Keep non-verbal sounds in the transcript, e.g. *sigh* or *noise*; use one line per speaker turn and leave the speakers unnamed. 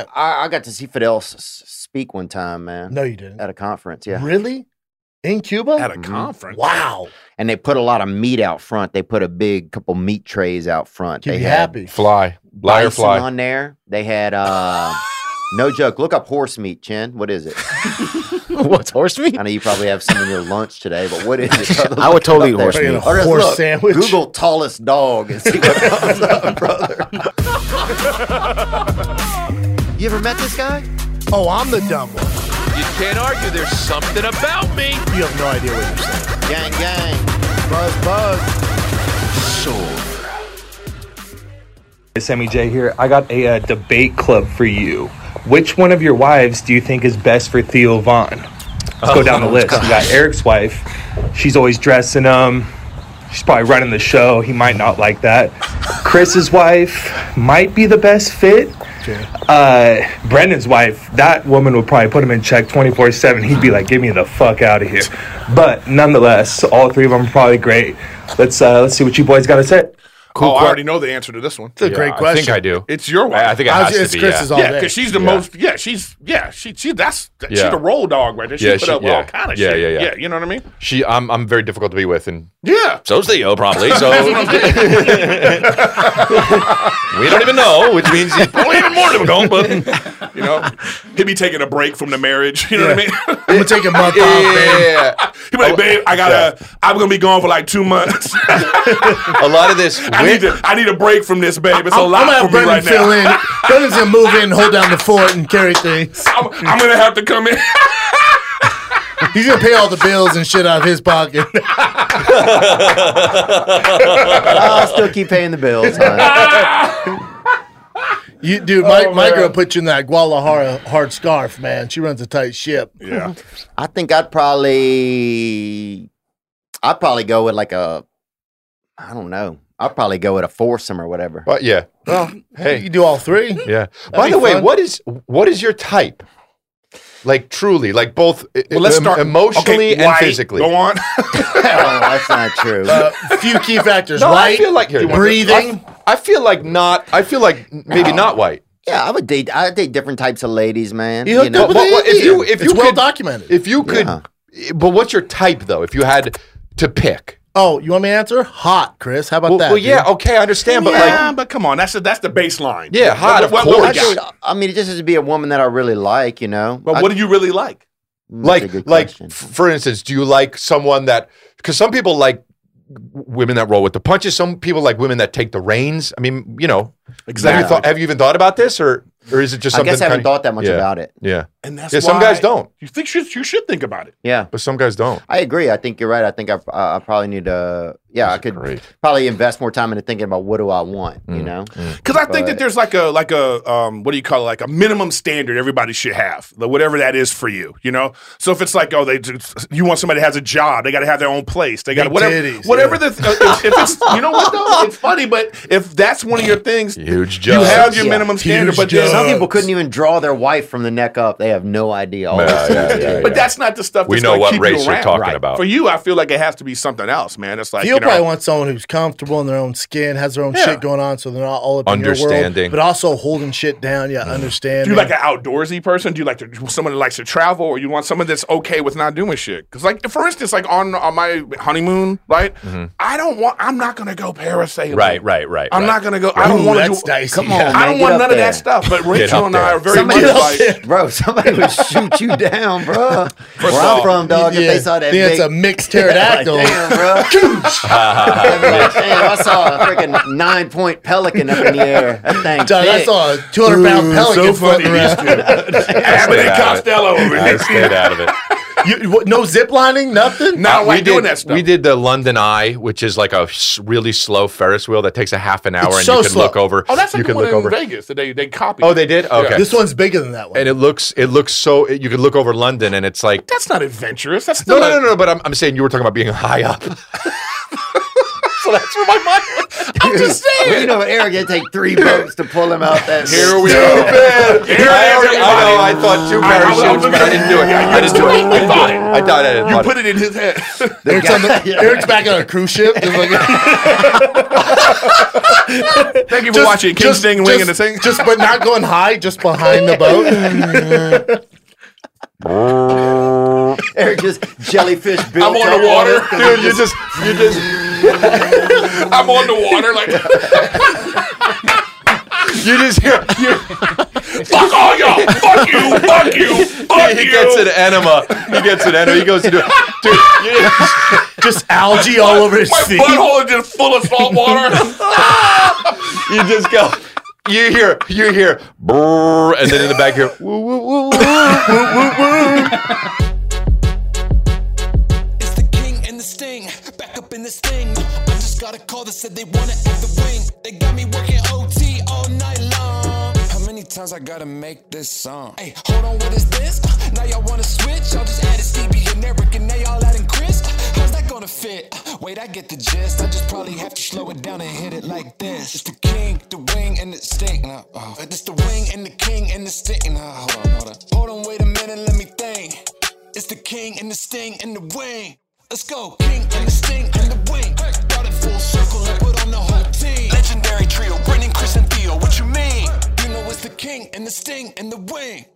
I, I got to see Fidel s- s- speak one time, man,
No, you didn't.
at a conference. Yeah,
Really? In Cuba?
at a
Mm-hmm.
Mhm.
conference.
wow.
and they put a lot of meat out front. They put a big couple meat trays out front.
You'd
they
be
had
happy.
Fly, liar,
bison
fly.
on there. They had uh, no joke. Look up horse meat, Chin. What is it?
*laughs* What's horse meat?
I know you probably have some in your lunch today, but what is
*laughs*
it?
I would totally eat
there.
horse
Fucking
meat.
a
Or just
horse
look,
sandwich.
Google tallest dog and see what comes up, *laughs*
*laughs*
brother. you ever met this guy?
*laughs* Oh, I'm the dumb one.
You can't argue there's something about me.
You have no idea what you're saying.
Gang, gang.
Buzz, buzz.
Hey, Sammy J here. I got a uh, debate club for you. Which one of your wives do you think is best for Theo Vaughn? Let's go down the list. We got Eric's wife. She's always dressing him. She's probably running the show. He might not like that. Chris's wife might be the best fit. Uh, Brendan's wife, that woman would probably put him in check 24 7. He'd be like, get me the fuck out of here. But nonetheless, all three of them are probably great. Let's, uh, let's see what you boys got to say.
Oh, I
que-
already know the answer to this one.
It's a great
I
question.
think I do.
It's your wife.
I, I think it
I
has
was, it's
to be.
Chris's
yeah.
all
yeah,
day.
because she's the
Yeah.
most. Yeah, she's yeah, she she that's she's
Yeah.
the roll dog right there. She
Yeah,
put
she-
up all
yeah.
kind of
Yeah,
shit.
yeah, yeah.
you know what I mean?
She, I'm, I'm very difficult to be with, and *laughs*
Yeah,
So's Theo, probably. So
we don't even know, which means she's probably even more
*laughs*
difficult. But yeah,
you know, he'd be taking a break from the marriage. You know
Yeah.
what I
I'm
mean?
going to take a month off,
*laughs* yeah,
babe.
yeah, yeah.
*laughs* He'd be like, babe, I gotta. I'm gonna be gone for like two months.
*laughs*
*laughs*
A lot of this,
I need to. I need a break from this, babe. It's a
I'm,
lot
I'm gonna
for
have
me
Brendan
right
fill
now.
in. Brendan's gonna move in, hold down the fort, and carry things.
I'm, I'm gonna have to come in.
He's gonna pay all the bills and shit out of his pocket.
I'll still keep paying the bills. Huh?
You, dude, my, my girl put you in that Guadalajara hard scarf, man. She runs a tight ship.
yeah,
I think I'd probably, I'd probably go with like a, I don't know. I'd probably go with a foursome or whatever. *laughs*
but yeah,
Well,
hey.
you do all three.
yeah. By
be
the way,
fun.
what is what is your type? Like truly, like both e- em-
*laughs*
emotionally
Okay,
and
white.
physically.
Go on. *laughs*
Hell, that's not true.
Uh, few key factors:
No,
light,
I feel like here,
breathing.
I, I feel like not. I feel like maybe not white.
yeah, I would date. I date different types of ladies, man.
You hooked up with
what-
an
what- if
Indian.
you- if
it's
you
well
could-
documented.
If you could, e, but what's your type though? If you had to pick,
oh, you want me to answer? Hot, Chris. How about
well,
that?
well, yeah, oh,
dude?
okay, I understand, but
yeah,
like,
but come on, that's the that's the baseline.
Yeah, hot, of
do we
course.
I,
got?
just, I mean, it just has to be a woman that I really like, you know.
But
I-
what do you really like?
Mm, that's a
like,
good
like
question.
f- for instance, do you like someone that? Because some people like women that roll with the punches. Some people like women that take the reins. I mean, you know, Have you,
Exactly.
thought, have you even thought about this, or or is it just
I
something?
guess I haven't
kinda-
thought that much
Yeah.
about it.
Yeah,
And that's
yeah. Some guys
why
don't,
You think you, you should think about it.
Yeah,
but some guys don't.
I agree. I think you're right. I think I, I, I probably need to. Yeah, I could
great.
probably invest more time into thinking about what do I want. You know,
Because I think that
But-
there's like a like a um, what do you call it? Like a minimum standard everybody should have, like whatever that is for you. You know. So if it's like oh they do- you want somebody that has a job, they got to have their own place, they got to
Big
whatever
titties,
whatever the uh, if, if it's you know what though it's funny, but if that's one of your things, you
Huge jobs.
have your
Yeah.
minimum standard,
Huge
but then,
jobs.
some people couldn't even draw their wife from the neck up. They have no idea. All
Yeah,
this
yeah, *laughs*
stuff.
yeah, yeah.
but that's not the stuff.
We
that's
know
gonna
what
keep
race
you
you're
around.
talking about.
For you, I feel like it has to be something else, man. It's like
You'll
you know,
probably want someone who's comfortable in their own skin, has their own shit going on, so they're not all up in your world,
Understanding.
but also holding shit down. Yeah,
Do
understand.
you
man.
like an outdoorsy person? Do you like to, someone that likes to travel, or you want someone that's okay with not doing shit? Because, like, for instance, like on, on my honeymoon, right? I don't want. I'm not gonna go parasailing.
Mm-hmm. Right, right, right.
I'm
right.
not gonna go. I
Ooh,
don't want to
that's
do.
dicey.
Come on,
Yeah.
I
Man,
don't
get
want
up
none of
there.
that stuff. But Rachel
up
and I
there.
are very
Somebody
much
would-
like.
*laughs* bro, somebody would shoot you down, bro. Where
of
I'm
all,
from, dog, if they saw that
yeah,
big,
it's a mixed
*laughs* like,
pterodactyl.
damn, bro.
*laughs*
I'd be like, damn, I saw a freaking nine point pelican up in the air. That thing.
Dog, I
thick.
saw a 200 pound pelican
so funny.
floating around.
These *laughs* two. Abbott and
Stayed out of it.
Costello over
I
here.
stayed out *laughs* of it.
You, what, no zip lining, nothing.
No, I
Uh, we
ain't doing
did,
that stuff.
We did the London Eye, which is like a s- really slow Ferris wheel that takes a half an hour, and
so
you can
slow.
look over.
Oh, that's
you
like the
can
one
look
in
over.
Vegas that they they copied.
Oh, they did. Okay,
This one's bigger than that one.
and it looks it looks so you can look over London, and it's like
That's not adventurous. That's
no,
still
no,
a-
no, no. But I'm, I'm saying you were talking about being high up. so that's where my mind. went.
I'm *laughs* just saying.
You know, Eric, it'd take three boats to pull him out that.
*laughs* Here we go. Here
Here it is,
I, already, I know. I thought two
I- I was- I
parachutes,
was
but I didn't do it.
Yeah, you
I didn't do it.
thought- you thought it.
I thought I didn't.
You put it in his head.
Eric's, on the, Eric's back on a cruise ship. Just, like,
Thank you for watching King
just-
Sting
just,
winging the thing.
just but not going high, just behind the boat.
*laughs* Eric just jellyfish built
I'm on
up
the water.
it
*laughs*
'cause
dude. You just, you just.
I'm on the water like
You just hear you,
fuck all y'all. Fuck you. Fuck *laughs* you. Fuck
*laughs* he
you.
gets an enema. He gets an enema. He goes to do it. Dude, you,
just algae all over his
My
seat.
butthole is just full of salt *laughs* water.
*laughs* you just go. You hear, you hear, brrr, and then in the back here, woo, woo, woo, woo.
It's the king and the sting. Back up in this thing. I just got a call that said they wanna add the wing. They got me working OT all night long. How many times I gotta make this song? Hey, hold on, what is this? Uh, Now y'all wanna switch? Y'all just added Stevie and Eric and now y'all adding Chris. Uh, How's that gonna fit? Uh, Wait, I get the gist. I just probably have to slow it down and hit it like this. It's the king, the wing, and the sting. Nah, oh. It's the wing and the king and the sting. Nah, hold on, hold on. Hold on, wait a minute, let me think. It's the king and the sting and the wing. Let's go. King and the sting and the wing. Brought it full circle and put on the whole team. Legendary trio, Brendan, Chris, and Theo. What you mean? You know it's the king and the sting and the wing.